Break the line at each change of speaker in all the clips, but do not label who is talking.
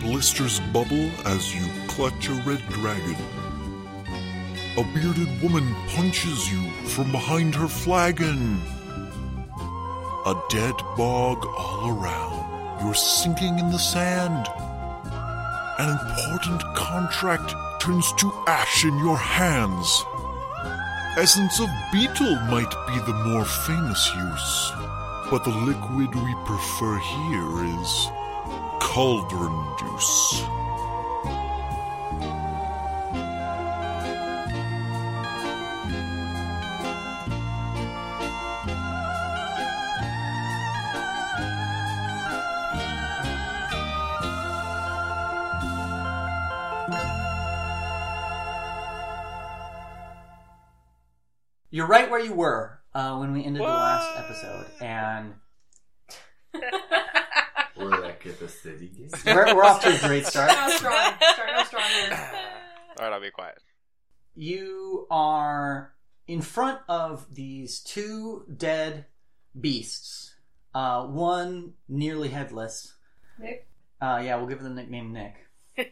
blisters bubble as you clutch a red dragon. A bearded woman punches you from behind her flagon. A dead bog all around. You're sinking in the sand. An important contract turns to ash in your hands. Essence of beetle might be the more famous use, but the liquid we prefer here is cauldron juice.
You're right where you were uh, when we ended the last episode, and
We're like at the city gate.
we're, we're off to a great start.
Starting out strong. Starting out strong here.
All right, I'll be quiet.
You are in front of these two dead beasts. Uh, one nearly headless.
Nick?
Uh, yeah, we'll give it the nickname Nick,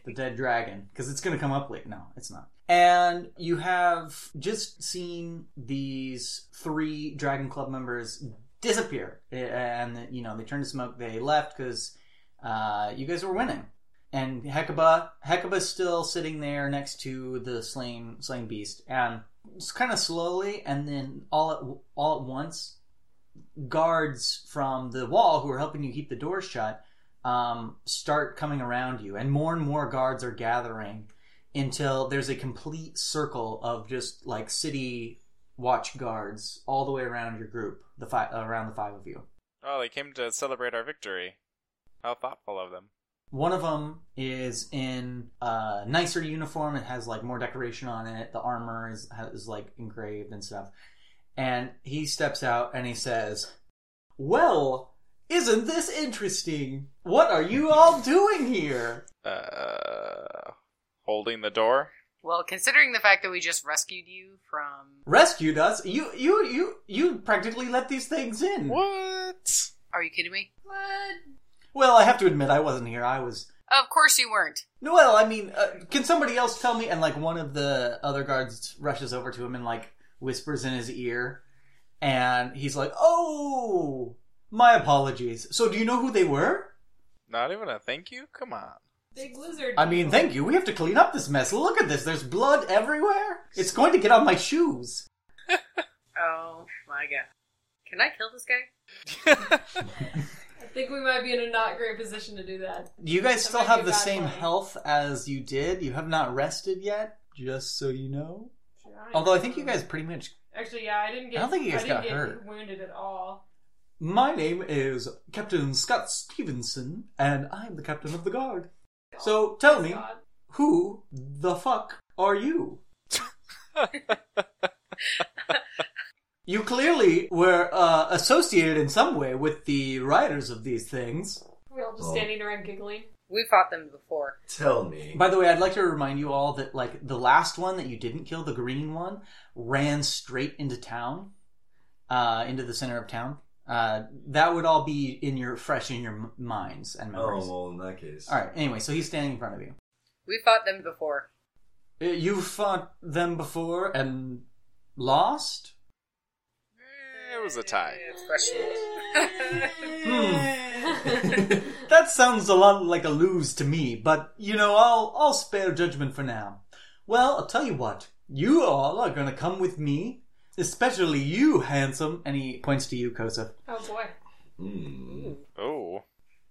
the dead dragon, because it's going to come up later. No, it's not. And you have just seen these three Dragon Club members disappear, and you know they turned to smoke. They left because uh, you guys were winning and Hecuba Hecuba's still sitting there next to the slain slain beast and just kind of slowly and then all at all at once guards from the wall who are helping you keep the door shut um, start coming around you and more and more guards are gathering until there's a complete circle of just like city watch guards all the way around your group the five around the five of you
Oh, they came to celebrate our victory. How thoughtful of them.
One of them is in a nicer uniform and has like more decoration on it. The armor is, is like engraved and stuff. And he steps out and he says, Well, isn't this interesting? What are you all doing here?
Uh, holding the door.
Well, considering the fact that we just rescued you from.
Rescued us? You, you, you, you practically let these things in.
What?
Are you kidding me?
What?
Well, I have to admit, I wasn't here. I was
Of course you weren't.
No, well, I mean, uh, can somebody else tell me? And like one of the other guards rushes over to him and like whispers in his ear, and he's like, "Oh, my apologies. So, do you know who they were?
Not even a thank you? Come on.
Big lizard.
I mean, thank you. We have to clean up this mess. Look at this. There's blood everywhere. It's going to get on my shoes.
Oh my god. Can I kill this guy?
I think we might be in a not great position to do that.
You guys
That
still
might be
have
a
the
bad
same
plan.
health as you did. You have not rested yet, just so you know. Although I think you guys pretty much
Actually, yeah, I didn't get.
I don't think you guys
didn't
got
get
hurt.
Wounded at all?
My name is Captain Scott Stevenson, and I'm the captain of the guard. So tell me,
God.
who the fuck are you? You clearly were uh, associated in some way with the writers of these things.
We all just
Oh.
standing around giggling.
We fought them before.
Tell me.
By the way, I'd like to remind you all that, like, the last one that you didn't kill, the green one, ran straight into town, uh, into the center of town. Uh, that would all be in your fresh in your m- minds and memories.
oh, well, in that case.
All right. Anyway, so he's standing in front of you.
We fought them before.
Uh, You've fought them before and lost?
It was a tie.
It's questionable.
Hmm. That sounds a lot like a lose to me, but you know, I'll I'll spare judgment for now. Well, I'll tell you what. You all are gonna come with me, especially you, handsome. And he points to you, Kosef.
Oh boy.
Mm.
Oh.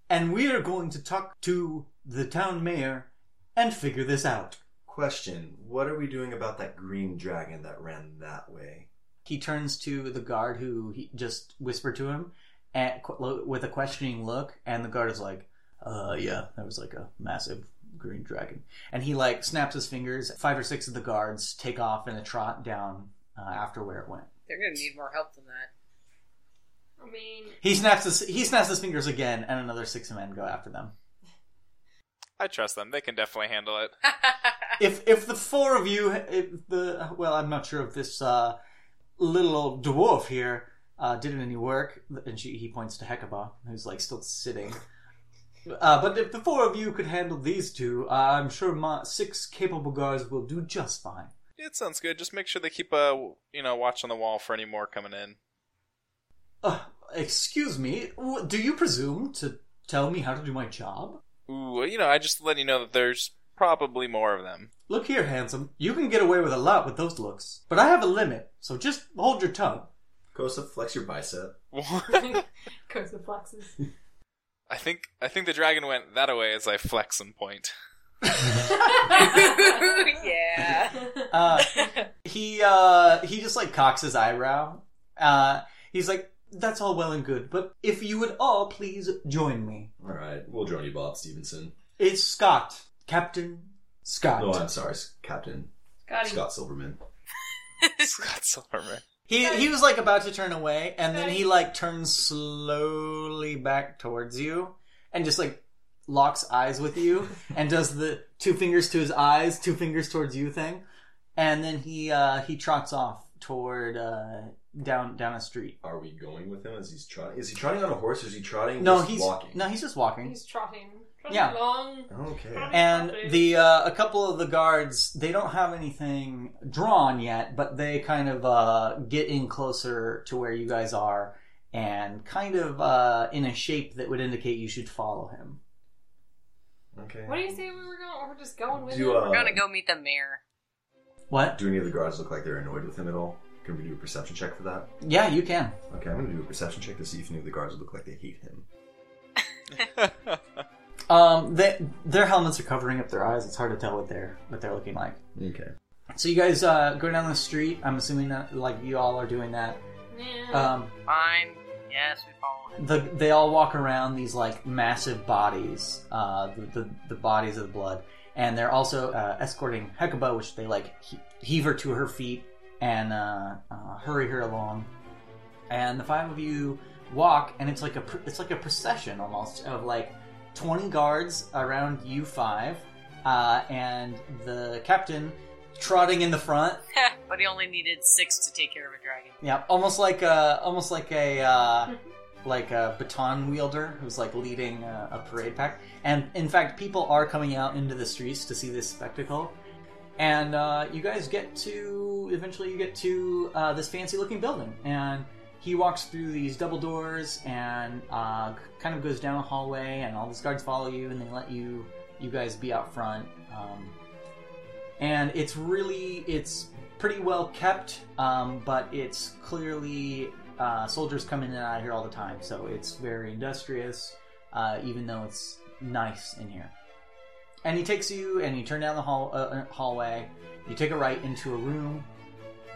And we are going to talk to the town mayor and figure this out.
Question What are we doing about that green dragon that ran that way?
He turns to the guard who he just whispered to him at, with a questioning look, and the guard is like, uh, yeah, that was like a massive green dragon. And he like snaps his fingers. Five or six of the guards take off in a trot down uh, after where it went.
They're gonna need more help than that.
I mean,
He snaps his he snaps his fingers again, and another six men go after them.
I trust them. They can definitely handle it.
If if the four of you, if the well, I'm not sure if this uh, little old dwarf here uh, did any work. And she, he points to Hecuba, who's like still sitting. Uh, but if the four of you could handle these two, uh, I'm sure my six capable guards will do just fine.
It sounds good. Just make sure they keep a you know watch on the wall for any more coming in.
Uh, excuse me, w- do you presume to tell me how to do my job?
Ooh, well, you know, I just let you know that there's probably more of them.
Look here, handsome. You can get away with a lot with those looks, but I have a limit, so just hold your tongue.
Kosa, flex your bicep.
Goes with flexes.
I think I think the dragon went that away as I flex and point.
yeah.
Uh, he uh, he just like cocks his eyebrow. Uh, he's like, "That's all well and good, but if you would all please join me,
All right, we'll join you, Bob Stevenson.
it's Scott, Captain Scott."
No, I'm sorry, S- Captain
Scotty.
Scott Silverman.
Scott Silverman.
He he was like about to turn away, and then he like turns slowly back towards you, and just like locks eyes with you, and does the two fingers to his eyes, two fingers towards you thing, and then he uh, he trots off toward uh, down down a street.
Are we going with him as he's trotting? Is he trotting on a horse? Or is he trotting?
No,
just
he's
walking.
no, he's just walking.
He's trotting. Trotting
Yeah.
along.
Okay.
and
Okay.
the uh, a couple of the guards they don't have anything drawn yet but they kind of uh, get in closer to where you guys are and kind of uh, in a shape that would indicate you should follow him
Okay.
What do you say we were going? We're just going with
Do,
him.
uh,
We're gonna go meet the mayor.
what
Do any of the guards look like they're annoyed with him at all? Can we do a perception check for that?
yeah you can
Okay, I'm gonna do a perception check to see if any of the guards look like they hate him.
um, they, their helmets are covering up their eyes it's hard to tell what they're what they're looking like
Okay.
so you guys uh, go down the street i'm assuming that like you all are doing that
Yeah.
um,
Fine. Yes, we follow him.
the, they all walk around these like massive bodies, uh, the, the the bodies of the blood, and they're also uh, escorting Hecuba, which they like he- heave her to her feet and uh, uh, hurry her along. And the five of you walk, and it's like a pr- it's like a procession almost of like twenty guards around you five, uh, and the captain trotting in the front.
but he only needed six to take care of a dragon.
Yeah, almost like a almost like a uh, like a baton wielder who's like leading a, a parade pack. And in fact, people are coming out into the streets to see this spectacle. And uh, you guys get to eventually you get to uh, this fancy looking building, and he walks through these double doors and uh, kind of goes down a hallway, and all these guards follow you, and they let you you guys be out front. Um, and it's really it's pretty well kept, um, but it's clearly uh, soldiers come in and out of here all the time, so it's very industrious, uh, even though it's nice in here. And he takes you, and you turn down the hall, uh, uh, hallway. You take a right into a room,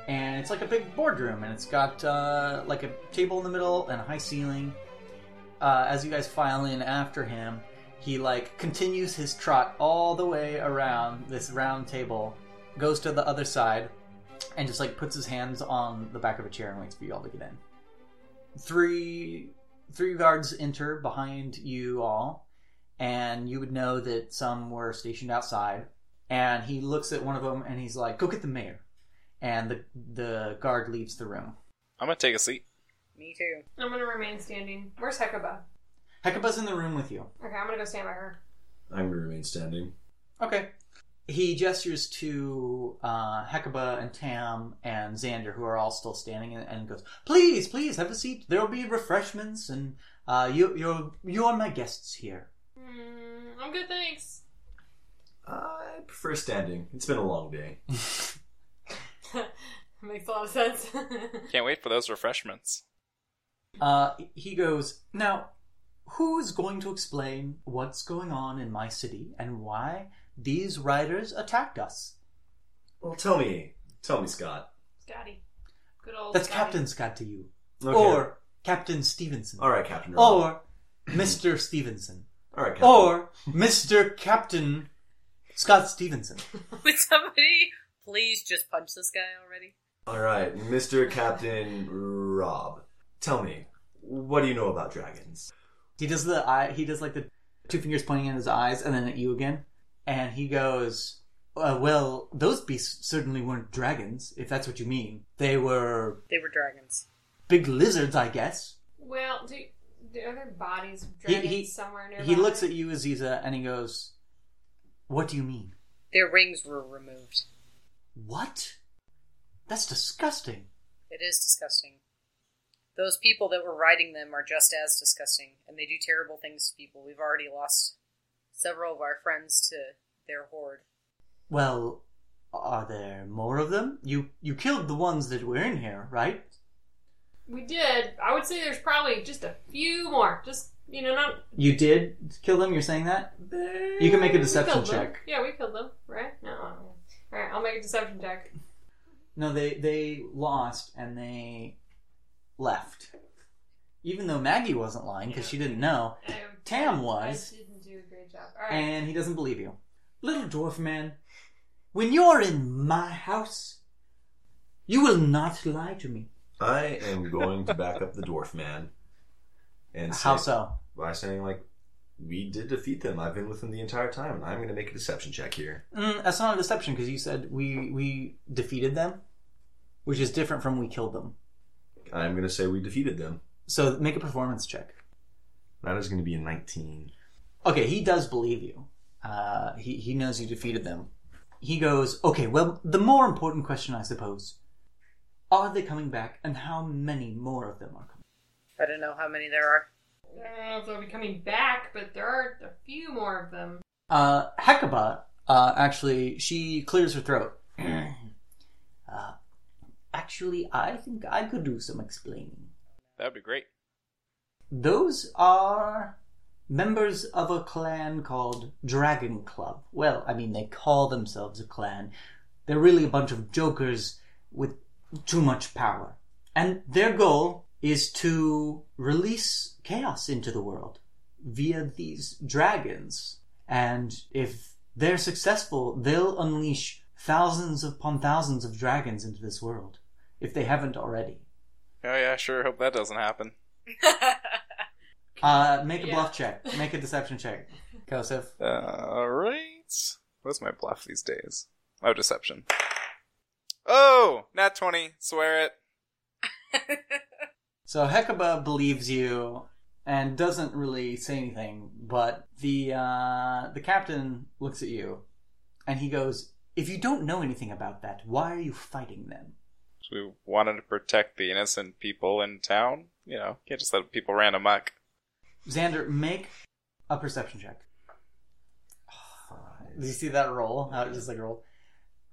and it's like a big boardroom, and it's got uh, like a table in the middle and a high ceiling. Uh, as you guys file in after him, he like continues his trot all the way around this round table, goes to the other side, and just like puts his hands on the back of a chair and waits for you all to get in. Three three guards enter behind you all, and you would know that some were stationed outside. And he looks at one of them and he's like, "Go get the mayor." And the the guard leaves the room.
I'm gonna take a seat.
Me too.
I'm gonna remain standing. Where's Hecuba?
Hecuba's in the room with you.
Okay, I'm gonna go stand by her.
I'm gonna remain standing.
Okay. He gestures to uh, Hecuba and Tam and Xander, who are all still standing, and, and goes, "Please, please have a seat. There will be refreshments, and uh, you, you're you are my guests here."
Mm, I'm good, thanks.
I prefer standing. It's been a long day.
Makes a lot of sense.
Can't wait for those refreshments.
Uh, he goes, Now, who's going to explain what's going on in my city and why these riders attacked us?
Well, tell me, tell me, Scott.
Scotty. Good old.
That's
Scotty.
Captain Scott to you.
Okay.
Or Captain Stevenson.
all right, Captain. Rob.
Or Mr. Stevenson.
all right, Captain.
Or Mr. Captain Scott Stevenson.
Would somebody please just punch this guy already?
all right, Mr. Captain Rob. Tell me, what do you know about dragons?
He does the eye. He does like the two fingers pointing at his eyes, and then at you again. And he goes, uh, "Well, those beasts certainly weren't dragons, if that's what you mean. They were
They were dragons.
big lizards, I guess."
Well, do Are there bodies of
He-
dragons
he-
somewhere nearby?
He looks at you, Aziza, and he goes, What do you mean?
Their rings were removed.
What? That's disgusting.
It is disgusting. Those people that were riding them are just as disgusting, and they do terrible things to people. We've already lost several of our friends to their horde.
Well, are there more of them? You you killed the ones that were in here, right?
We did. I would say there's probably just a few more. Just you know, not
You did kill them. You're saying that? You can make a
We
deception
killed them.
check.
Yeah, we killed them, right? No. uh, All right, I'll make a deception check.
No, they they lost and they left. Even though Maggie wasn't lying because she didn't know,
I-
Tam was.
I didn't do a great job. All right.
and he doesn't believe you. Little dwarf man, when you're in my house, you will not lie to me.
I am going to back up the dwarf man. And say,
How so?
By saying like, we did defeat them. I've been with them the entire time, and I'm going to make a deception check here.
Mm, that's not a deception because you said we we defeated them, which is different from we killed them.
I'm going to say we defeated them.
So make a performance check.
That is going to be a 19.
Okay, he does believe you. Uh, he he knows you defeated them. He goes, okay. Well, the more important question, I suppose, are they coming back, and how many more of them are coming?
I don't know how many there are.
I don't know if they'll be coming back, but there are a few more of them.
Uh, Hecuba, uh, actually, she clears her throat. uh, actually, I think I could do some explaining.
That'd be great.
Those are members of a clan called Dragon Club. Well, I mean, they call themselves a clan. They're really a bunch of jokers with too much power. And their goal is to release chaos into the world via these dragons. And if they're successful, they'll unleash thousands upon thousands of dragons into this world, if they haven't already.
Oh yeah, sure. Hope that doesn't happen.
Uh, make a bluff
Yeah.
check. Make a deception check, Joseph.
Uh, all right. What's my bluff these days? Oh, deception. Oh, nat twenty. Swear it.
So Hecuba believes you and doesn't really say anything, but the uh, the captain looks at you and he goes, "If you don't know anything about that, why are you fighting them?"
We wanted to protect the innocent people in town. You know, can't just let people ran amok.
Xander, make a perception check. Did you see that roll? How it just like rolled?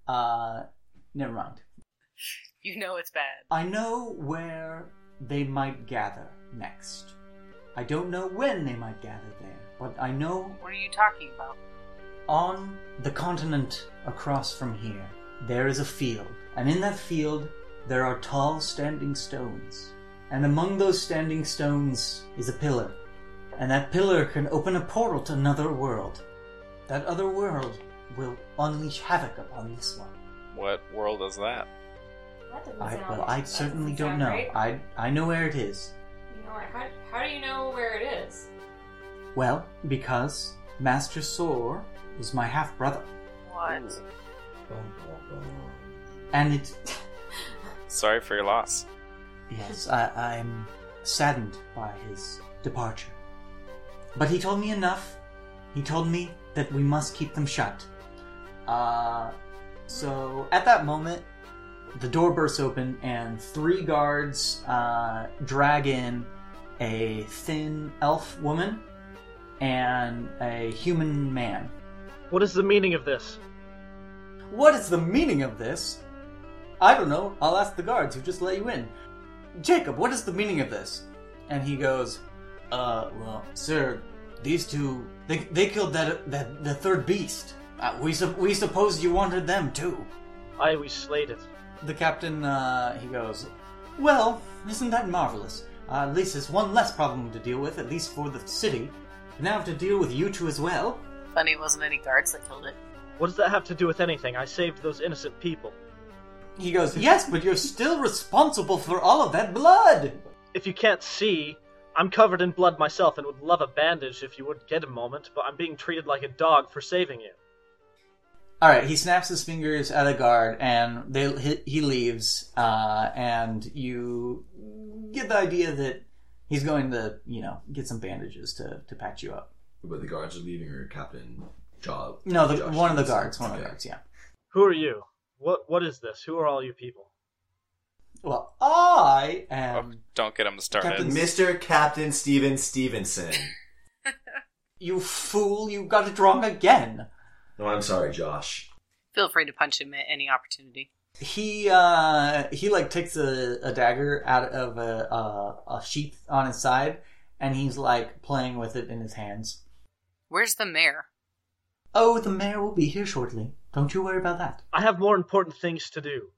Uh, never mind.
you know it's bad.
I know where they might gather next. I don't know when they might gather there, but I know
What are you talking about?
on the continent across from here, there is a field, and in that field, there are tall standing stones. And among those standing stones is a pillar, and that pillar can open a portal to another world. That other world will unleash havoc upon this one.
What world is that?
That doesn't
I,
sound
well,
right.
I
That
certainly don't
doesn't sound
know.
right.
I, I know where it is.
You know, what? how, how do you know where it is?
Well, because Master Sor is my half brother,
What?
and it
Sorry for your loss.
Yes, I, I'm saddened by his departure. But he told me enough. He told me that we must keep them shut. Uh, so at that moment, the door bursts open and three guards uh, drag in a thin elf woman and a human man.
What is the meaning of this?
What is the meaning of this? I don't know. I'll ask the guards who just let you in. Jacob, what is the meaning of this? And he goes, Uh, well, sir, these two, they, they killed that, that the third beast. Uh, we, sup we supposed you wanted them too.
I we slayed it.
The captain, uh, he goes, Well, isn't that marvelous? Uh, at least it's one less problem to deal with, at least for the city. Now I have to deal with you two as well.
Funny, it wasn't any guards that killed it.
What does that have to do with anything? I saved those innocent people.
He goes, Yes, but you're still responsible for all of that blood!
If you can't see, I'm covered in blood myself and would love a bandage if you would get a moment, but I'm being treated like a dog for saving you.
All right, he snaps his fingers at a guard, and they he, he leaves. Uh, and you get the idea that He's going to, you know, get some bandages to, to patch you up.
But the guards are leaving, or Captain Job.
No, the,
Josh
one of the
leaves.
guards. One of the
Okay.
guards, yeah.
Who are you? What What is this? Who are all you people?
Well, I
Oh,
Um,
am.
don't get him started.
Um, Captain-
Mr. Uh, Captain Steven Stevenson.
You fool, you got it wrong again.
no, I'm sorry, Josh.
Feel free to punch him at any opportunity.
He uh he like takes a, a dagger out of a, a a sheath on his side, and he's like playing with it in his hands.
Where's the mayor?
Oh, the mayor will be here shortly. Don't you worry about that.
I have more important things to do.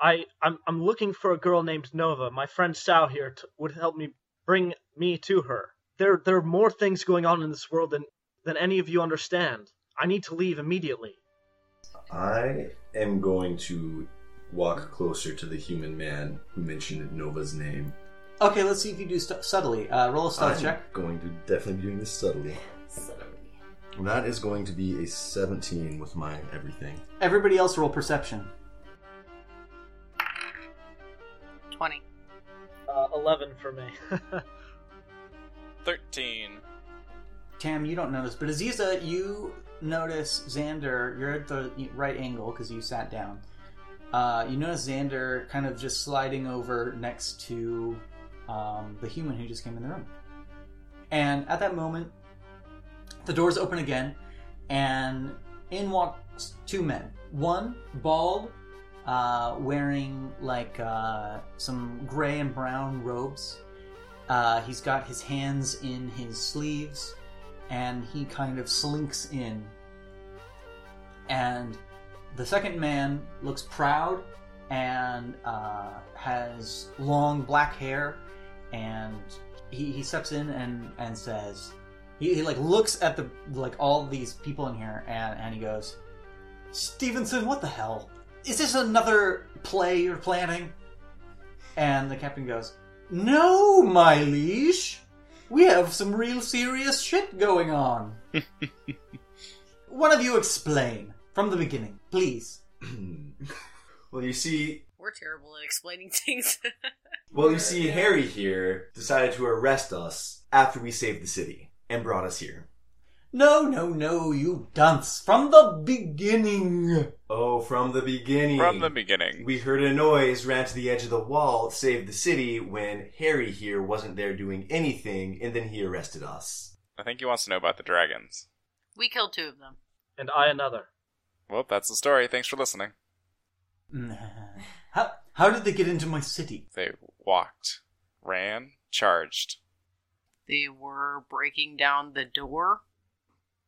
I I'm I'm looking for a girl named Nova. My friend Sal here t- would help me bring me to her. There there are more things going on in this world than than any of you understand. I need to leave immediately.
I am going to walk closer to the human man who mentioned Nova's name.
Okay, let's see if you do stu- subtly. Uh, roll a stealth
I'm
check.
going to definitely be doing this subtly. That is going to be a 17 with my everything.
Everybody else roll perception.
20.
Uh, Eleven for me.
Thirteen.
Tam, you don't notice, but Aziza, you notice Xander. You're at the right angle because you sat down. Uh, you notice Xander kind of just sliding over next to um, the human who just came in the room. And at that moment, the doors open again, and in walks two men. One, bald, uh, wearing like uh, some gray and brown robes. Uh, he's got his hands in his sleeves, and he kind of slinks in. And the second man looks proud and uh, has long black hair, and he, he steps in and, and says, he, he like looks at the like all these people in here, and, and he goes, Stevenson, what the hell? Is this another play you're planning? And the captain goes, no, my liege. We have some real serious shit going on. One of you explain from the beginning, please.
well, you see,
We're terrible at explaining things.
well, you see, Harry here decided to arrest us after we saved the city and brought us here.
No, no, no, you dunce. From the beginning.
Oh, from the beginning.
From the beginning.
We heard a noise, ran to the edge of the wall, saved the city when Harry here wasn't there doing anything, and then he arrested us.
I think he wants to know about the dragons.
we killed two of them.
and I another.
Well, that's the story. Thanks for listening.
How, how did they get into my city?
They walked, ran, charged.
They were breaking down the door.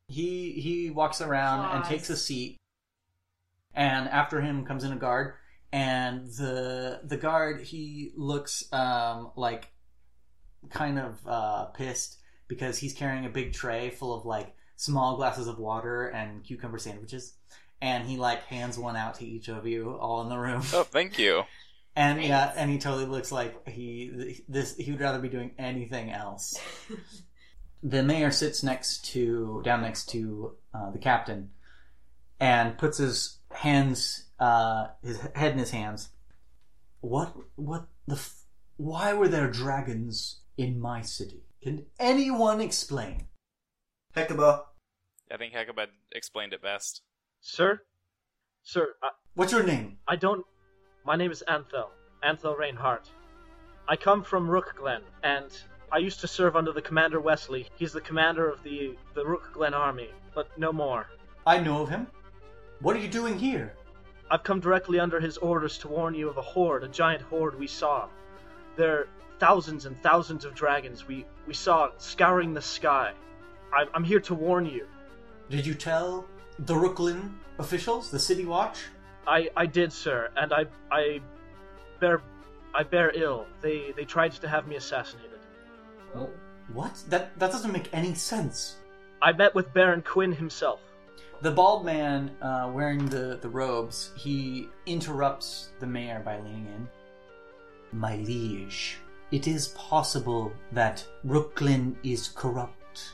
He he walks around and
Pause.
takes a seat, and after him comes in a guard, and the the guard he looks um like kind of uh, pissed because he's carrying a big tray full of like small glasses of water and cucumber sandwiches, and he like hands one out to each of you all in the room,
Oh, thank you.
and yeah,
Thanks.
and he totally looks like he this he would rather be doing anything else. the mayor sits next to down next to uh, the captain and puts his hands uh, his head in his hands what what the f- why were there dragons in my city can anyone explain
Hecuba.
I think Hecaba explained it best.
Sir, sir, I,
what's your name
I don't. My name is Anthel. Anthel Reinhardt. I come from Rook Glen, and I used to serve under the Commander Wesley. He's the commander of the the Rook Glen army, but no more.
i know of him what are you doing here
I've come directly under his orders to warn you of a horde, a giant horde we saw. There are thousands and thousands of dragons we, we saw scouring the sky. I'm, I'm here to warn you.
did you tell the rooklyn officials the city watch
I, I did, sir, and I, I bear I bear ill. They they tried to have me assassinated.
what that that doesn't make any sense
I met with Baron Quinn himself.
The bald man uh, wearing the, the robes, he interrupts the mayor by leaning in. My liege, it is possible that Brooklyn is corrupt.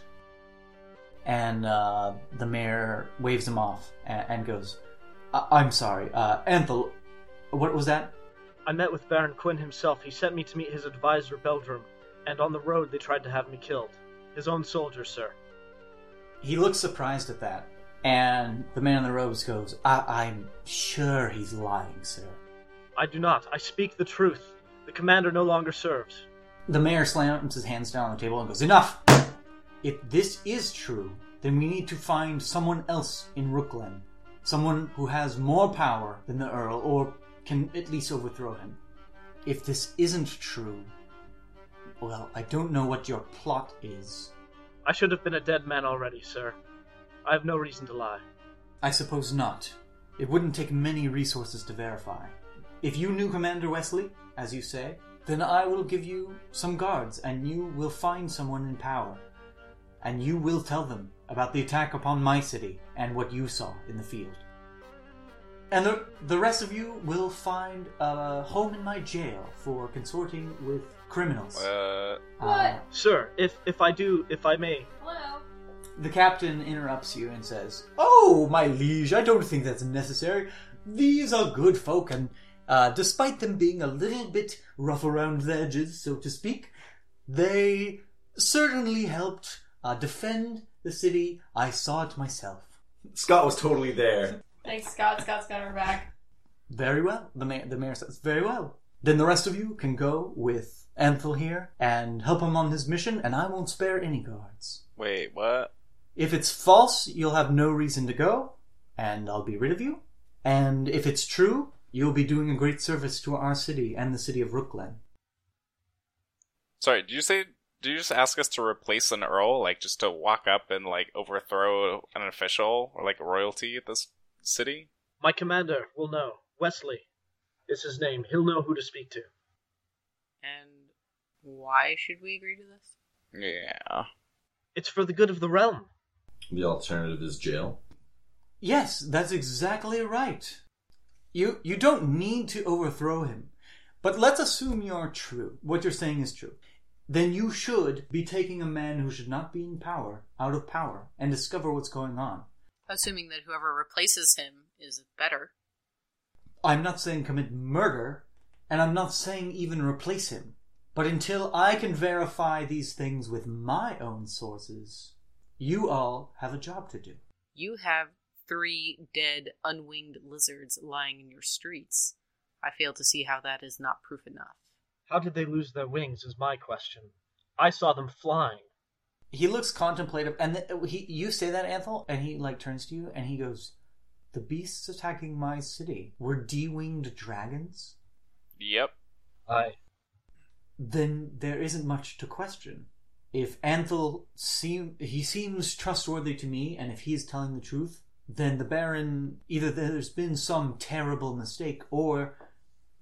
And uh, the mayor waves him off and, and goes, I- I'm sorry, uh, Anthel, what was that?
I met with Baron Quinn himself. He sent me to meet his advisor Beldrum, and on the road they tried to have me killed. His own soldiers, sir.
He looks surprised at that, and the man on the robes goes, I- I'm sure he's lying, sir.
I do not. I speak the truth. The commander no longer serves.
The mayor slams his hands down on the table and goes, Enough! If this is true, then we need to find someone else in Rookland. Someone who has more power than the Earl, or can at least overthrow him. If this isn't true, well, I don't know what your plot is.
I should have been a dead man already, sir. I have no reason to lie.
I suppose not. It wouldn't take many resources to verify. If you knew Commander Wesley, as you say, then I will give you some guards and you will find someone in power. And you will tell them about the attack upon my city and what you saw in the field. And the, the rest of you will find a home in my jail for consorting with criminals.
Uh,
What?
Sir, if if I do, if I may,
Hello.
The captain interrupts you and says, Oh, my liege, I don't think that's necessary. These are good folk, and uh, despite them being a little bit rough around the edges, so to speak, they certainly helped uh, defend the city. I saw it myself.
Scott was totally there.
Thanks, Scott. Scott's got our back.
Very well, the mayor, the mayor says, Very well. Then the rest of you can go with Anthel here and help him on his mission, and I won't spare any guards.
wait, what?
If it's false, you'll have no reason to go, and I'll be rid of you. And if it's true, you'll be doing a great service to our city and the city of Rookland.
Sorry, did you say? Did you just ask us to replace an earl, like just to walk up and like overthrow an official or like royalty at this city?
my commander will know. Wesley is his name. He'll know who to speak to.
And why should we agree to this?
Yeah.
It's for the good of the realm.
The alternative is jail.
Yes, that's exactly right. You you don't need to overthrow him. But let's assume you're true. What you're saying is true. Then you should be taking a man who should not be in power out of power and discover what's going on.
Assuming that whoever replaces him is better.
I'm not saying commit murder, and I'm not saying even replace him. But until I can verify these things with my own sources, you all have a job to do.
You have three dead, unwinged lizards lying in your streets. I fail to see how that is not proof enough.
How did they lose their wings? Is my question. I saw them flying.
He looks contemplative, and th- he, you say that, Anthel, and he like turns to you and he goes, "The beasts attacking my city were D-winged dragons.
Yep.
I
Then there isn't much to question. If Anthel seem he seems trustworthy to me, and if he is telling the truth, then the Baron either there's been some terrible mistake, or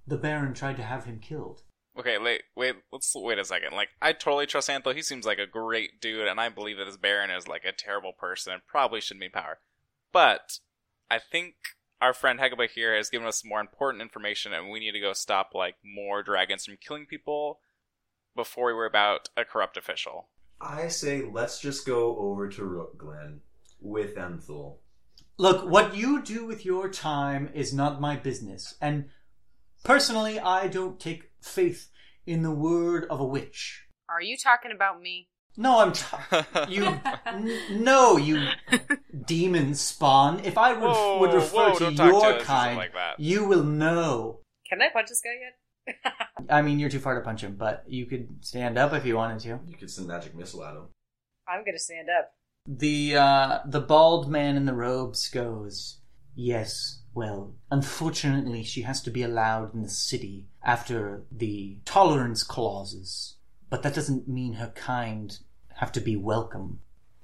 the Baron tried to have him killed.
Okay, wait, wait, let's wait a second. Like, I totally trust Antho. He seems like a great dude, and I believe that this Baron is like a terrible person and probably shouldn't be in power. But I think our friend Hegaba here has given us some more important information, and we need to go stop like more dragons from killing people before we worry about a corrupt official.
I say let's just go over to Rook Glen with Enthul.
Look, what you do with your time is not my business, and personally, I don't take faith in the word of a witch.
Are you talking about me?
No, I'm t- you. n- no, you demon spawn. If I would,
Whoa,
would refer
whoa,
to
don't talk to us or
your
something
kind,
like that.
you will know.
Can I punch this guy yet?
I mean, you're too far to punch him, but you could stand up if you wanted to.
You could send magic missile at him.
I'm gonna stand up.
The uh, the bald man in the robes goes. Yes. Well, unfortunately, she has to be allowed in the city after the tolerance clauses, but that doesn't mean her kind have to be welcome.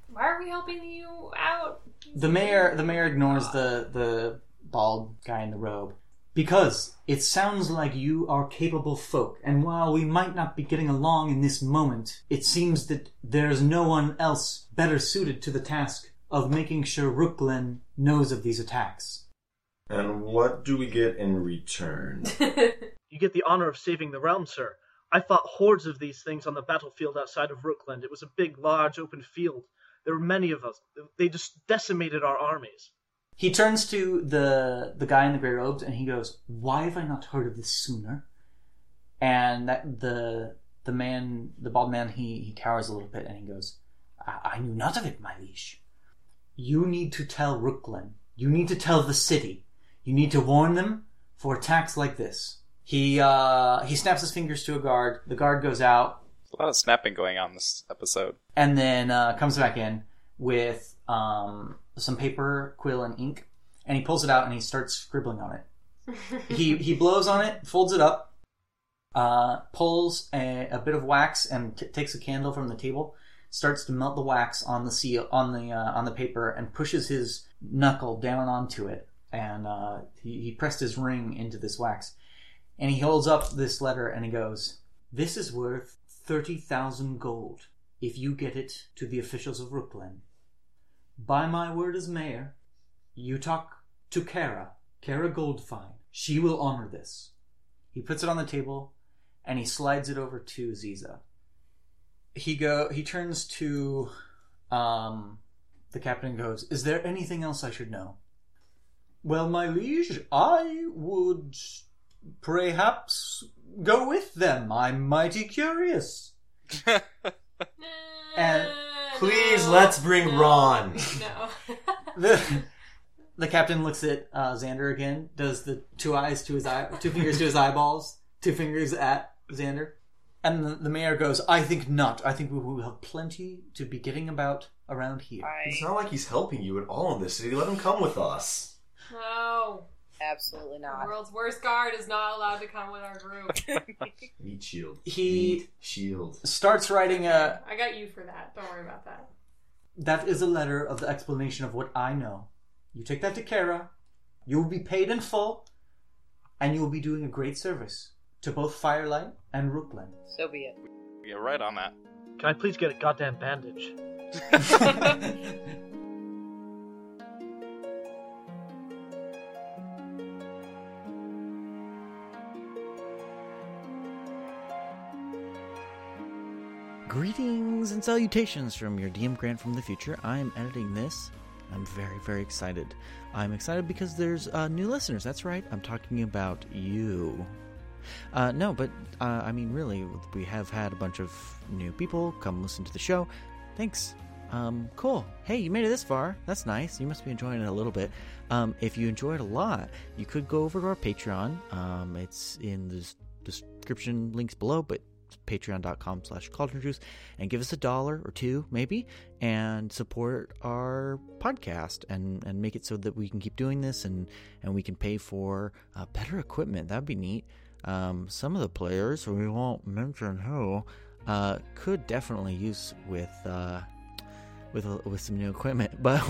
Why are we helping you out?
The mayor the mayor ignores the the bald guy in the robe because it sounds like you are capable folk and while we might not be getting along in this moment it seems that there's no one else better suited to the task of making sure Rookland knows of these attacks.
And what do we get in return?
You get the honor of saving the realm, sir. I fought hordes of these things on the battlefield outside of Rookland. It was a big, large, open field. There were many of us. They just decimated our armies.
He turns to the the guy in the gray robes and he goes, "Why have I not heard of this sooner?" And that the the man, the bald man, he, he cowers a little bit and he goes, I, I knew not of it, my liege. You need to tell Rooklyn. You need to tell the city. You need to warn them for attacks like this. He uh, he snaps his fingers to a guard. The guard goes out
A lot of snapping going on this episode.
and then uh, comes back in with um, some paper, quill, and ink, and he pulls it out and he starts scribbling on it. he he blows on it, folds it up, uh, pulls a, a bit of wax, and t- takes a candle from the table, starts to melt the wax on the seal on the uh, on the paper, and pushes his knuckle down onto it, and uh, he, he pressed his ring into this wax, and he holds up this letter and he goes, "This is worth thirty thousand gold." if you get it to the officials of Rookland. By my word as mayor, you talk to Kara, Kara Goldfine. She will honor this. He puts it on the table and he slides it over to Ziza. He go he turns to um the captain and goes, Is there anything else I should know? Well, my liege, I would perhaps go with them. I'm mighty curious. And
Please let's bring Ron.
No.
the, the captain looks at uh, Xander again. Does the two eyes to his eye, two fingers to his eyeballs, two fingers at Xander, and the, the mayor goes, "I think not. I think we will have plenty to be getting about around here."
I
It's not like he's helping you at all in this city. Let him come with us.
No.
absolutely
The
not.
world's worst guard is not allowed to come with our group.
Meat shield.
He-
Meat shield.
Starts writing a.
I got you for that. Don't worry about that.
That is a letter of the explanation of what I know. You take that to Kara. You will be paid in full, and you will be doing a great service to both Firelight and Rookland.
So be it.
Yeah, right on that.
Can I please get a goddamn bandage?
Greetings and salutations from your DM Grant from the future. I am editing this. I'm very, very excited. I'm excited because there's uh, new listeners. That's right. I'm talking about you. Uh, no, but uh, I mean, really, we have had a bunch of new people come listen to the show. Thanks. Um, cool. Hey, you made it this far. That's nice. You must be enjoying it a little bit. Um, if you enjoy it a lot, you could go over to our Patreon. Um, it's in the s- description links below, but it's patreon.com slash cauldron juice and give us a dollar or two maybe and support our podcast and and make it so that we can keep doing this and and we can pay for uh, better equipment that'd be neat um, some of the players we won't mention who uh, could definitely use with uh, with a, with some new equipment, but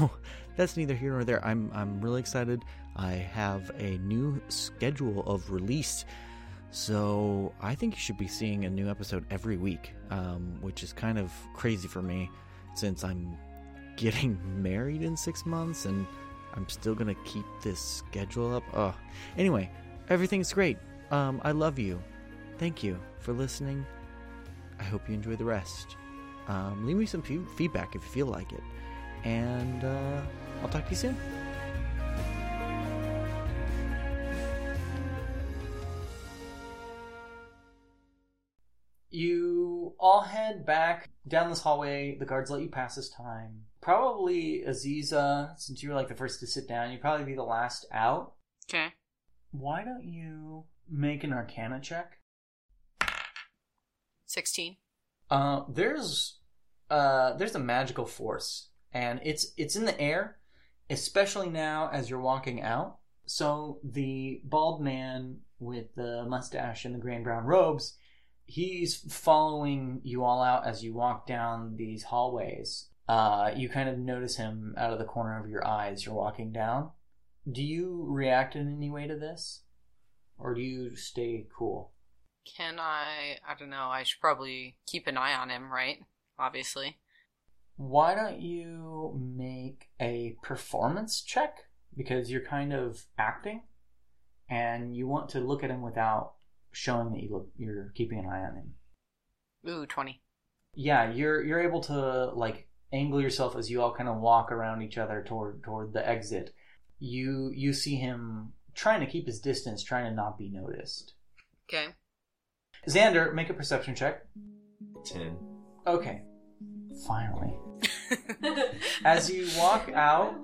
that's neither here nor there. I'm I'm really excited. I have a new schedule of release, so I think you should be seeing a new episode every week, um, which is kind of crazy for me since I'm getting married in six months and I'm still gonna keep this schedule up. Ugh. Anyway, everything's great. Um, I love you. Thank you for listening. I hope you enjoy the rest. Um, leave me some fe- feedback if you feel like it. And uh, I'll talk to you soon.
You all head back down this hallway. The guards let you pass this time. Probably Aziza, since you were like the first to sit down, you'd probably be the last out.
Okay.
Why don't you make an arcana check?
16.
Uh, there's uh, there's a magical force, and it's it's in the air, especially now as you're walking out. So the bald man with the mustache and the gray and brown robes, he's following you all out as you walk down these hallways. Uh, you kind of notice him out of the corner of your eye as you're walking down. Do you react in any way to this, or do you stay cool?
Can I? I don't know. I should probably keep an eye on him, right? Obviously.
why don't you make a performance check because you're kind of acting and you want to look at him without showing that you look, you're keeping an eye on him
Ooh, 20.
yeah you're you're able to like angle yourself as you all kind of walk around each other toward toward the exit you you see him trying to keep his distance trying to not be noticed
Okay.
Xander, make a perception check.
Ten.
Okay. Finally. As you walk out,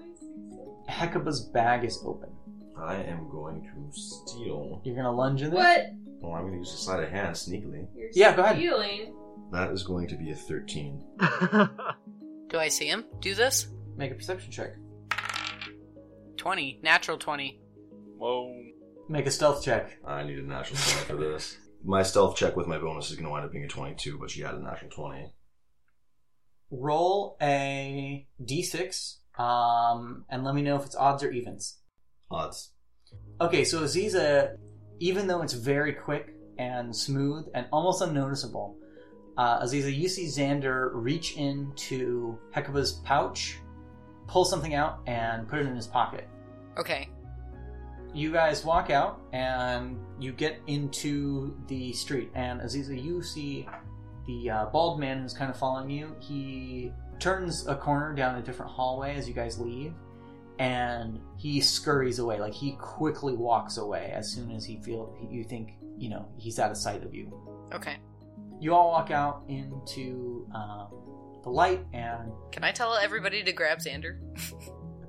Hecuba's bag is open.
I am going to steal.
You're gonna lunge in there?
What?
Well, I'm going to use a sleight of hand sneakily.
You're
Yeah, go ahead.
Stealing.
That is going to be a 13.
Do I see him do this?
Make a perception check.
20. Natural 20.
Whoa.
Make a stealth check.
I need a natural 20 for this. My stealth check with my bonus is going to wind up being a 22, but she had a natural 20.
Roll a d6, um, and let me know if it's odds or evens.
Odds.
Okay, so Aziza, even though it's very quick and smooth and almost unnoticeable, uh, Aziza, you see Xander reach into Hecuba's pouch, pull something out, and put it in his pocket.
Okay.
You guys walk out and you get into the street. And Aziza, you see the uh, bald man who's kind of following you. He turns a corner down a different hallway as you guys leave, and he scurries away. Like he quickly walks away as soon as he feel you think you know he's out of sight of you.
Okay.
You all walk out into um, the light, and
Can I tell everybody to grab Xander?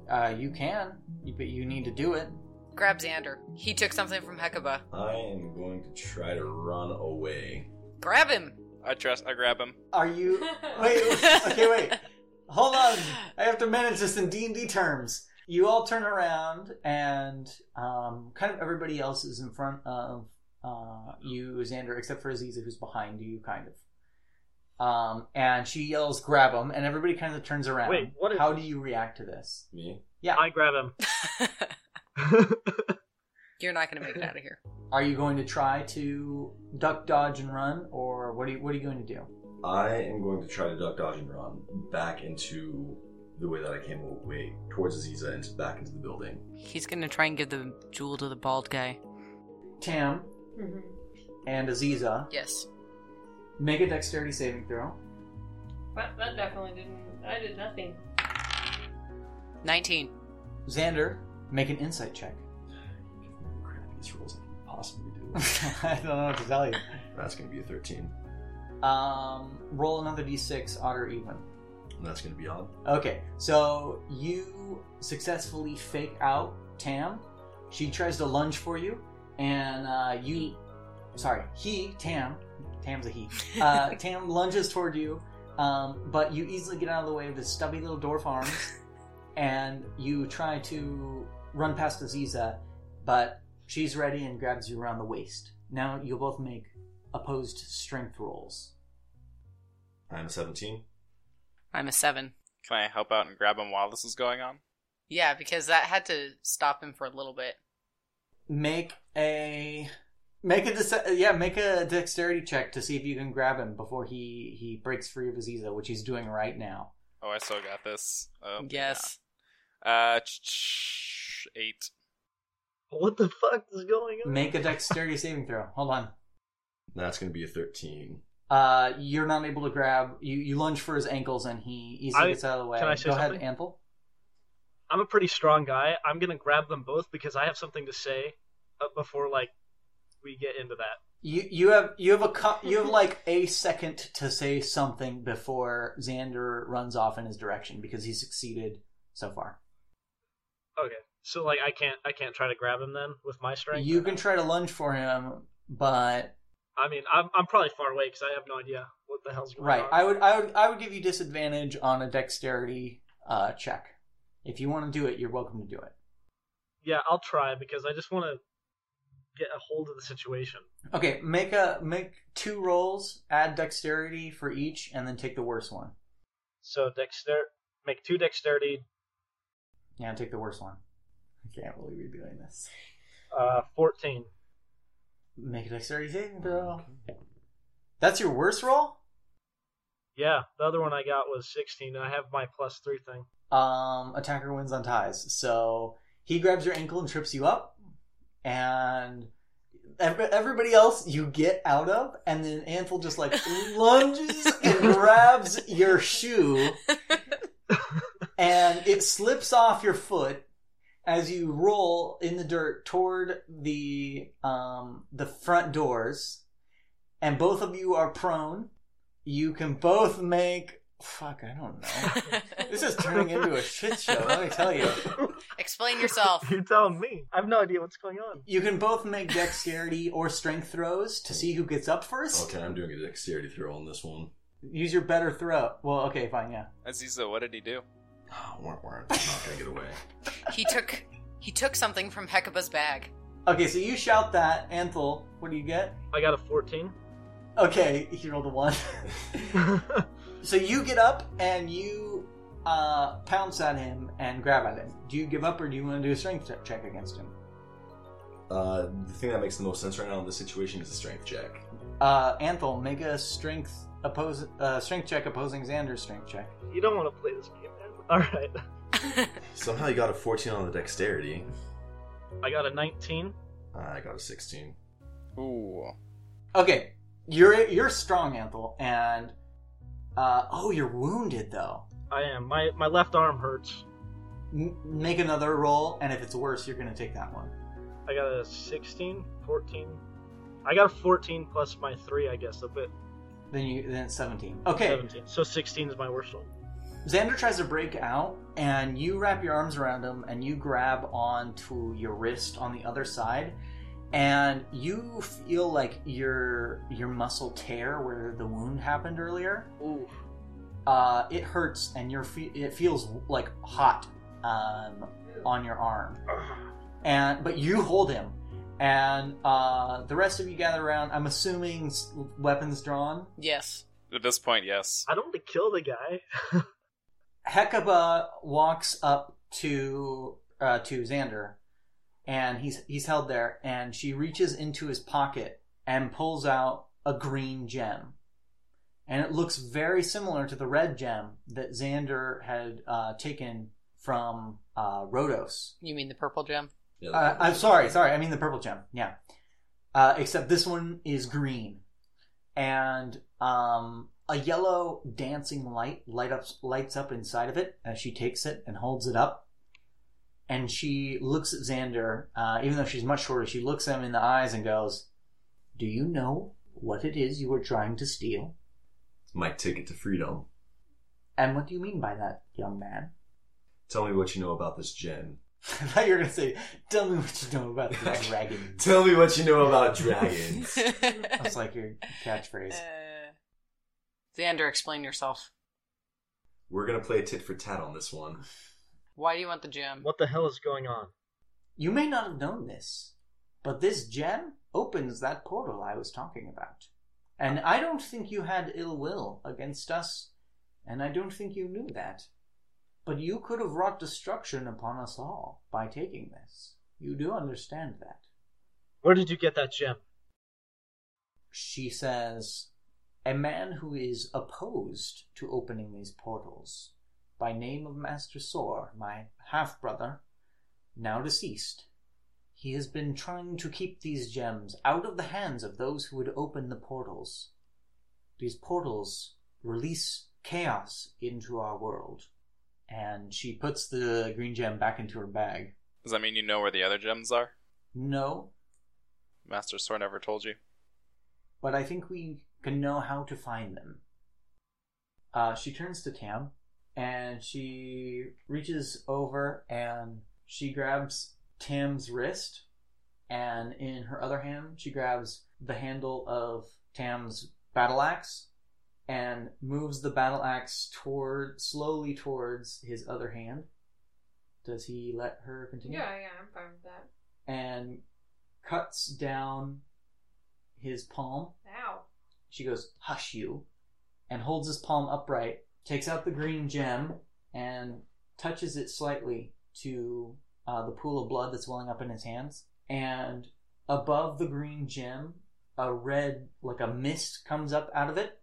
uh, you can, but you need to do it.
Grab Xander. He took something from Hecuba.
I am going to try to run away.
Grab him!
I trust. I grab him.
Are you? Wait, okay, wait. Hold on. I have to manage this in D and D terms. You all turn around, and um, kind of everybody else is in front of uh, you, Xander, except for Aziza, who's behind you, kind of. Um, and she yells, "Grab him!" And everybody kind of turns around.
Wait, what is-
How do you react to this?
Me?
Yeah.
I grab him.
You're not going to make it out of here.
Are you going to try to duck, dodge, and run, or what are you, what are you going to do?
I am going to try to duck, dodge, and run back into the way that I came away, towards Aziza and back into the building.
He's going to try and give the jewel to the bald guy.
Tam
Mhm.
and Aziza,
Yes.
make a dexterity saving throw.
But that definitely didn't. I did nothing.
19.
Xander, make an insight check.
Crappiest rolls I can possibly do.
I don't know what to tell you.
That's going to be a 13.
Um, roll another d6, odd or even.
And that's going to be odd.
Okay, so you successfully fake out Tam. She tries to lunge for you, and uh, you, sorry, he, Tam, Tam's a he. Uh, Tam lunges toward you, um, but you easily get out of the way of his stubby little dwarf arms, and you try to run past Aziza, but she's ready and grabs you around the waist. Now you'll both make opposed strength rolls.
I'm a 17.
I'm a 7.
Can I help out and grab him while this is going on?
Yeah, because that had to stop him for a little bit.
make a make a dece- yeah make a dexterity check to see if you can grab him before he he breaks free of Aziza, which he's doing right now.
Oh, I still got this. Oh,
yes.
yeah. Uh, ch- ch- eight.
what the fuck is going on?
Make a dexterity saving throw. Hold on.
That's going to be a 13.
Uh, you're not able to grab. You you lunge for his ankles and he easily
I-
gets out of the way.
can I say
Go ahead,
something?
Ample.
I'm a pretty strong guy. I'm gonna grab them both because I have something to say uh, before like we get into that.
You you have you have a co- you have like a second to say something before Xander runs off in his direction because he succeeded so far.
Okay. So like I can't I can't try to grab him then with my strength.
You can try to lunge for him, but
I mean I'm I'm probably far away because I have no idea what the hell's going
Right.
on.
I would I would I would give you disadvantage on a dexterity uh check. If you want to do it, you're welcome to do it.
Yeah, I'll try because I just want to get a hold of the situation.
Okay, make a make two rolls, add dexterity for each, and then take the worst one.
So dexter make two dexterity
Yeah, take the worst one. I can't believe you're doing this.
uh 14.
Make a dexterity saving throw. That's your worst roll?
Yeah, the other one I got was 16 and I have my plus 3 thing.
Um attacker wins on ties. So he grabs your ankle and trips you up and ev- everybody else you get out of and then Anthel just like lunges and grabs your shoe and it slips off your foot as you roll in the dirt toward the um the front doors and both of you are prone. You can both make. Fuck, I don't know. this is turning into a shit show. Let me tell you.
Explain yourself.
You tell me. I have no idea what's going on.
You can both make dexterity or strength throws to see who gets up first.
Okay, I'm doing a dexterity throw on this one.
Use your better throw. Well, okay, fine, yeah.
Aziza, what did he do?
Ah, weren't weren't. I'm not gonna get away.
He took he took something from Hecuba's bag.
Okay, so you shout that, Anthel. What do you get?
I got a 14.
Okay, he rolled a one. so you get up and you uh, pounce at him and grab at him. Do you give up or do you want to do a strength che- check against him?
Uh, the thing that makes the most sense right now in this situation is a strength check.
Uh, Anthel, make a strength oppose uh, strength check opposing Xander's strength check.
you don't want to play this game, man. All right.
Somehow you got a 14 on the dexterity. Ah,
I got a 19.
I got a 16.
Ooh.
Okay, you're you're strong, Anthel, and uh, oh, you're wounded though.
I am. My my left arm hurts.
M- make another roll, and if it's worse, you're gonna take that one.
I got a 16, 14. I got a 14 plus my 3, I guess, a bit.
Then you then it's seventeen. Okay,
17. So 16 is my worst roll.
Xander tries to break out, and you wrap your arms around him and you grab onto your wrist on the other side, and you feel like your your muscle tear where the wound happened earlier.
Ooh.
Uh, it hurts, and your fe- it feels like hot um, on your arm, and but you hold him, and uh, the rest of you gather around. I'm assuming s- weapons drawn.
Yes.
At this point, yes.
I don't want to kill the guy.
Hecuba walks up to uh, to Xander, and he's he's held there, and she reaches into his pocket and pulls out a green gem, and it looks very similar to the red gem that Xander had uh, taken from uh, Rhodos.
You mean the purple gem?
Yeah,
Uh,
that-
I'm sorry, sorry. I mean the purple gem. Yeah. Uh, except this one is green, and um, a yellow dancing light light up lights up inside of it as she takes it and holds it up, and she looks at Xander. Uh, even though she's much shorter, she looks him in the eyes and goes, "Do you know what it is you were trying to steal?
It's my ticket to freedom.
And what do you mean by that, young man?"
Tell me what you know about this gem.
I thought you were gonna say, "Tell me what you know about the dragon."
Tell me what you know about dragons.
That's like your catchphrase.
Uh, Xander, explain yourself.
We're gonna play tit for tat on this one.
Why do you want the gem?
what the hell is going on?
You may not have known this, but this gem opens that portal I was talking about. And I don't think you had ill will against us, and I don't think you knew that. But you could have wrought destruction upon us all by taking this. You do understand that.
Where did you get that gem?
She says, A man who is opposed to opening these portals, by name of Master Sor, my half brother, now deceased. He has been trying to keep these gems out of the hands of those who would open the portals. These portals release chaos into our world. And she puts the green gem back into her bag.
Does that mean you know where the other gems are?
No,
Master Sword never told you.
but I think we can know how to find them. Uh, she turns to Tam and she reaches over and she grabs Tam's wrist, and in her other hand, she grabs the handle of Tam's battle axe and moves the battle axe toward slowly towards his other hand. Does he let her continue?
Yeah, yeah, I'm fine with that.
And cuts down his palm
Ow.
she goes, Hush you, and holds his palm upright, takes out the green gem, and touches it slightly to uh, the pool of blood that's welling up in his hands. And above the green gem, a red, like a mist, comes up out of it,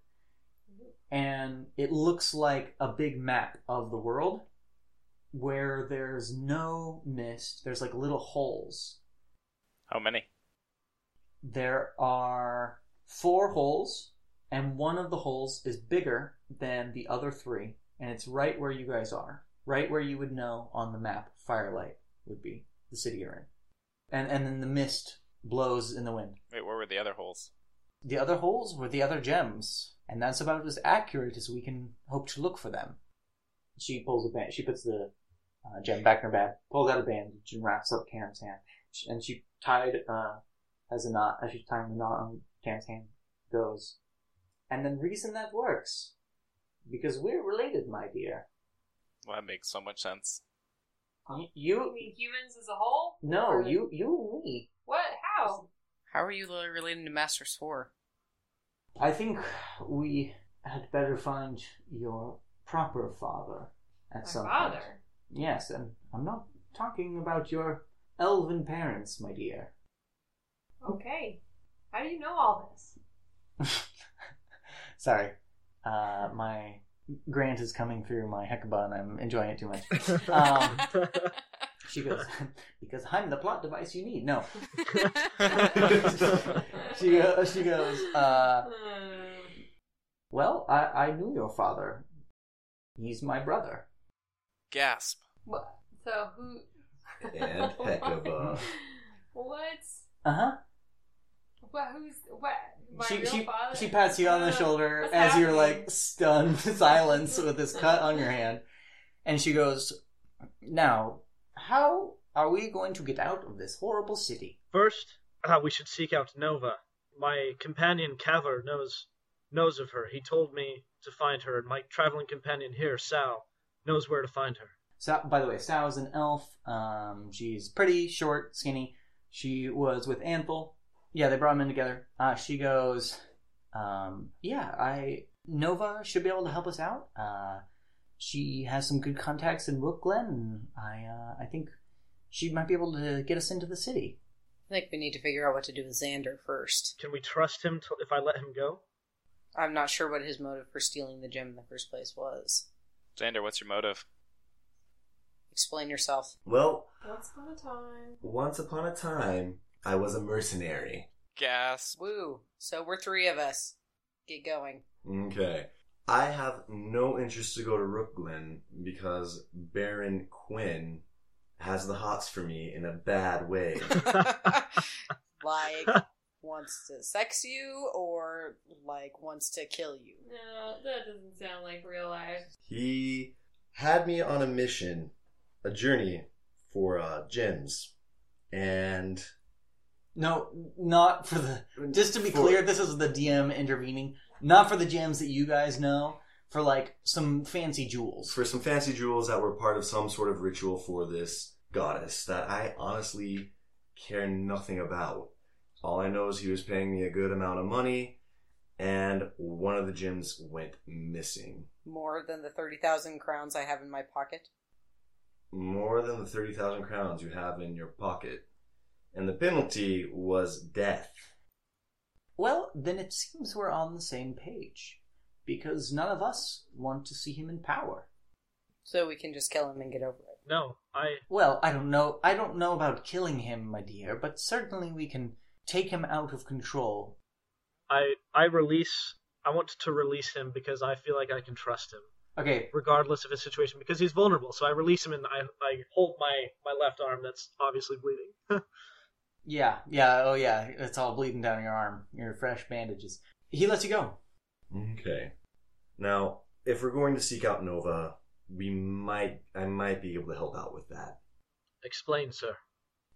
and it looks like a big map of the world where there's no mist, there's like little holes.
How many?
There are four holes, and one of the holes is bigger than the other three, and it's right where you guys are, right where you would know on the map Firelight would be the city you're in. And and then the mist blows in the wind.
Wait, where were the other holes?
The other holes were the other gems, and that's about as accurate as we can hope to look for them. She pulls a band. She puts the uh, gem back in her bag, pulls out a bandage, and wraps up Cam's hand. Sh- And she tied uh, as a knot as she's tying the knot on Cam's hand goes. And the reason that works because we're related, my dear.
Well, that makes so much sense.
Y-
You
You
mean humans as a whole?
no,
Or the-
you you and me.
What? How?
How are you really related to Master Swore?
I think we had better find your proper father at
My
some
father.
point. Yes, and I'm not talking about your elven parents, my dear.
Okay. How do you know all this?
Sorry, uh, my Grant is coming through my Hecuba, and I'm enjoying it too much. um, she goes because I'm the plot device you need. No, she goes. She goes. Uh,
Hmm.
Well, I, I knew your father. He's my brother.
Gasp.
What? So who?
And Hecuba.
what?
Uh huh.
What? Who's what? My
She
real
she,
father?
she pats you on the
Uh,
shoulder
what's
as you're
happening?
like stunned to silence with this cut on your hand, and she goes, "Now, how are we going to get out of this horrible city?"
First, ah, we should seek out Nova. My companion Caver knows knows of her. He told me to find her, and my traveling companion here, Sal, knows where to find her.
Sa by the way, Sal is an elf. Um, she's pretty, short, skinny. She was with Anthel. Yeah, they brought them in together. Uh, she goes, um, yeah, I Nova should be able to help us out. Uh, she has some good contacts in Rook Glen, and I uh, I think she might be able to get us into the city.
I think we need to figure out what to do with Xander first.
Can we trust him till, if I let him go?
I'm not sure what his motive for stealing the gem in the first place was.
Xander, what's your motive?
Explain yourself.
Well,
Once upon a time.
once upon a time, I was a mercenary.
Gasp.
Woo. So we're three of us. Get going.
Okay.
I have no interest to go to Rooklyn because Baron Quinn has the hots for me in a bad way.
Like, wants to sex you or, like, wants to kill you.
No, that doesn't sound like real life.
he had me on a mission, a journey for uh, gems, and
No, not for the. Just to be
For-
clear, this is the DM intervening, not for the gems that you guys know. For like some fancy jewels.
for some fancy jewels that were part of some sort of ritual for this goddess that I honestly care nothing about. All I know is he was paying me a good amount of money, and one of the gems went missing.
More than the 30,000 crowns I have in my pocket.
More than the 30,000 crowns you have in your pocket. And the penalty was death.
Well, then it seems we're on the same page. Because none of us want to see him in power.
So we can just kill him and get over it.
No, I.
Well, I don't know I don't know about killing him, my dear, but certainly we can take him out of control.
I I release I want to release him because I feel like I can trust him
Okay,
regardless of his situation because he's vulnerable so I release him and I, I hold my my left arm that's obviously bleeding
yeah, yeah, oh yeah, it's all bleeding down your arm. Your fresh bandages. He lets you go.
Okay. Now, if we're going to seek out Nova, we might I might be able to help out with that.
explain sir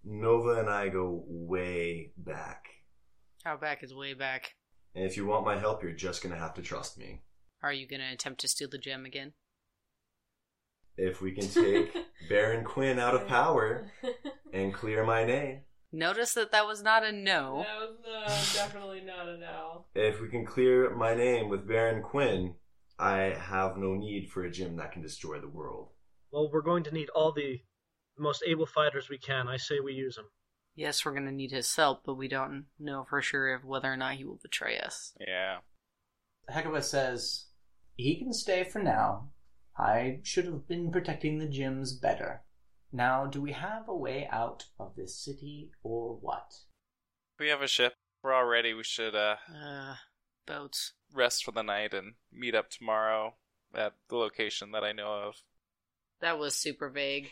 Nova and I go way back.
How back is way back.
And if you want my help, you're just going to have to trust me.
Are you going to attempt to steal the gem again?
If we can take Baron Quinn out of power and clear my name,
Notice that that was not a no.
No, no, uh, definitely not a no.
if we can clear my name with Baron Quinn, I have no need for a gym that can destroy the world.
well we're going to need all the most able fighters we can I say we use them
Yes, we're going to need his help, but we don't know for sure if whether or not he will betray us.
Yeah.
Hecuba says he can stay for now. I should have been protecting the gems better. Now, do we have a way out of this city or what?
We have a ship. We're all ready. We should uh,
Uh, boats.
rest for the night and meet up tomorrow at the location that I know of.
That was super vague.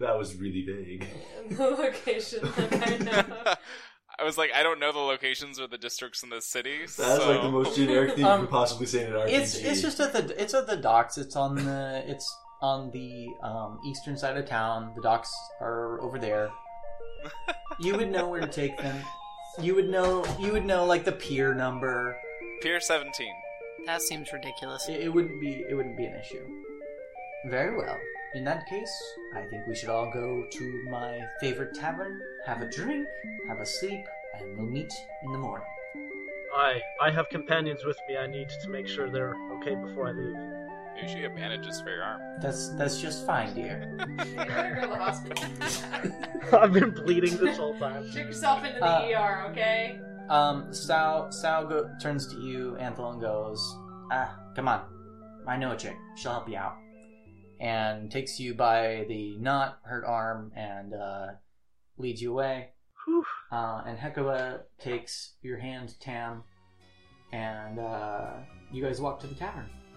That was really vague.
The location that I know.
I was like, I don't know the locations or the districts in this city.
That's
so-
like the most generic thing you
Um,
could possibly say in an RPG.
It's it's just at the it's at the docks. It's on the it's on the um, eastern side of town. The docks are over there. You would know where to take them. You would know you would know like the pier number.
Pier 17.
That seems ridiculous.
It, it wouldn't be it wouldn't be an issue. Very well. In that case, I think we should all go to my favorite tavern, have a drink, have a sleep, and we'll meet in the morning.
I I have companions with me. I need to make sure they're okay before I leave.
Maybe she had bandages for your arm.
That's that's just fine, dear.
Take her to the hospital.
I've been bleeding this whole time.
Check yourself into the
Uh,
ER, okay?
Um, Sal, Sal go, turns to you, Anthel, and goes, Ah, come on. I know a chick. She'll help you out. And takes you by the knot, her arm, and uh, leads you away.
Whew.
Uh, and Hecuba takes your hand, Tam, and uh, you guys walk to the tavern.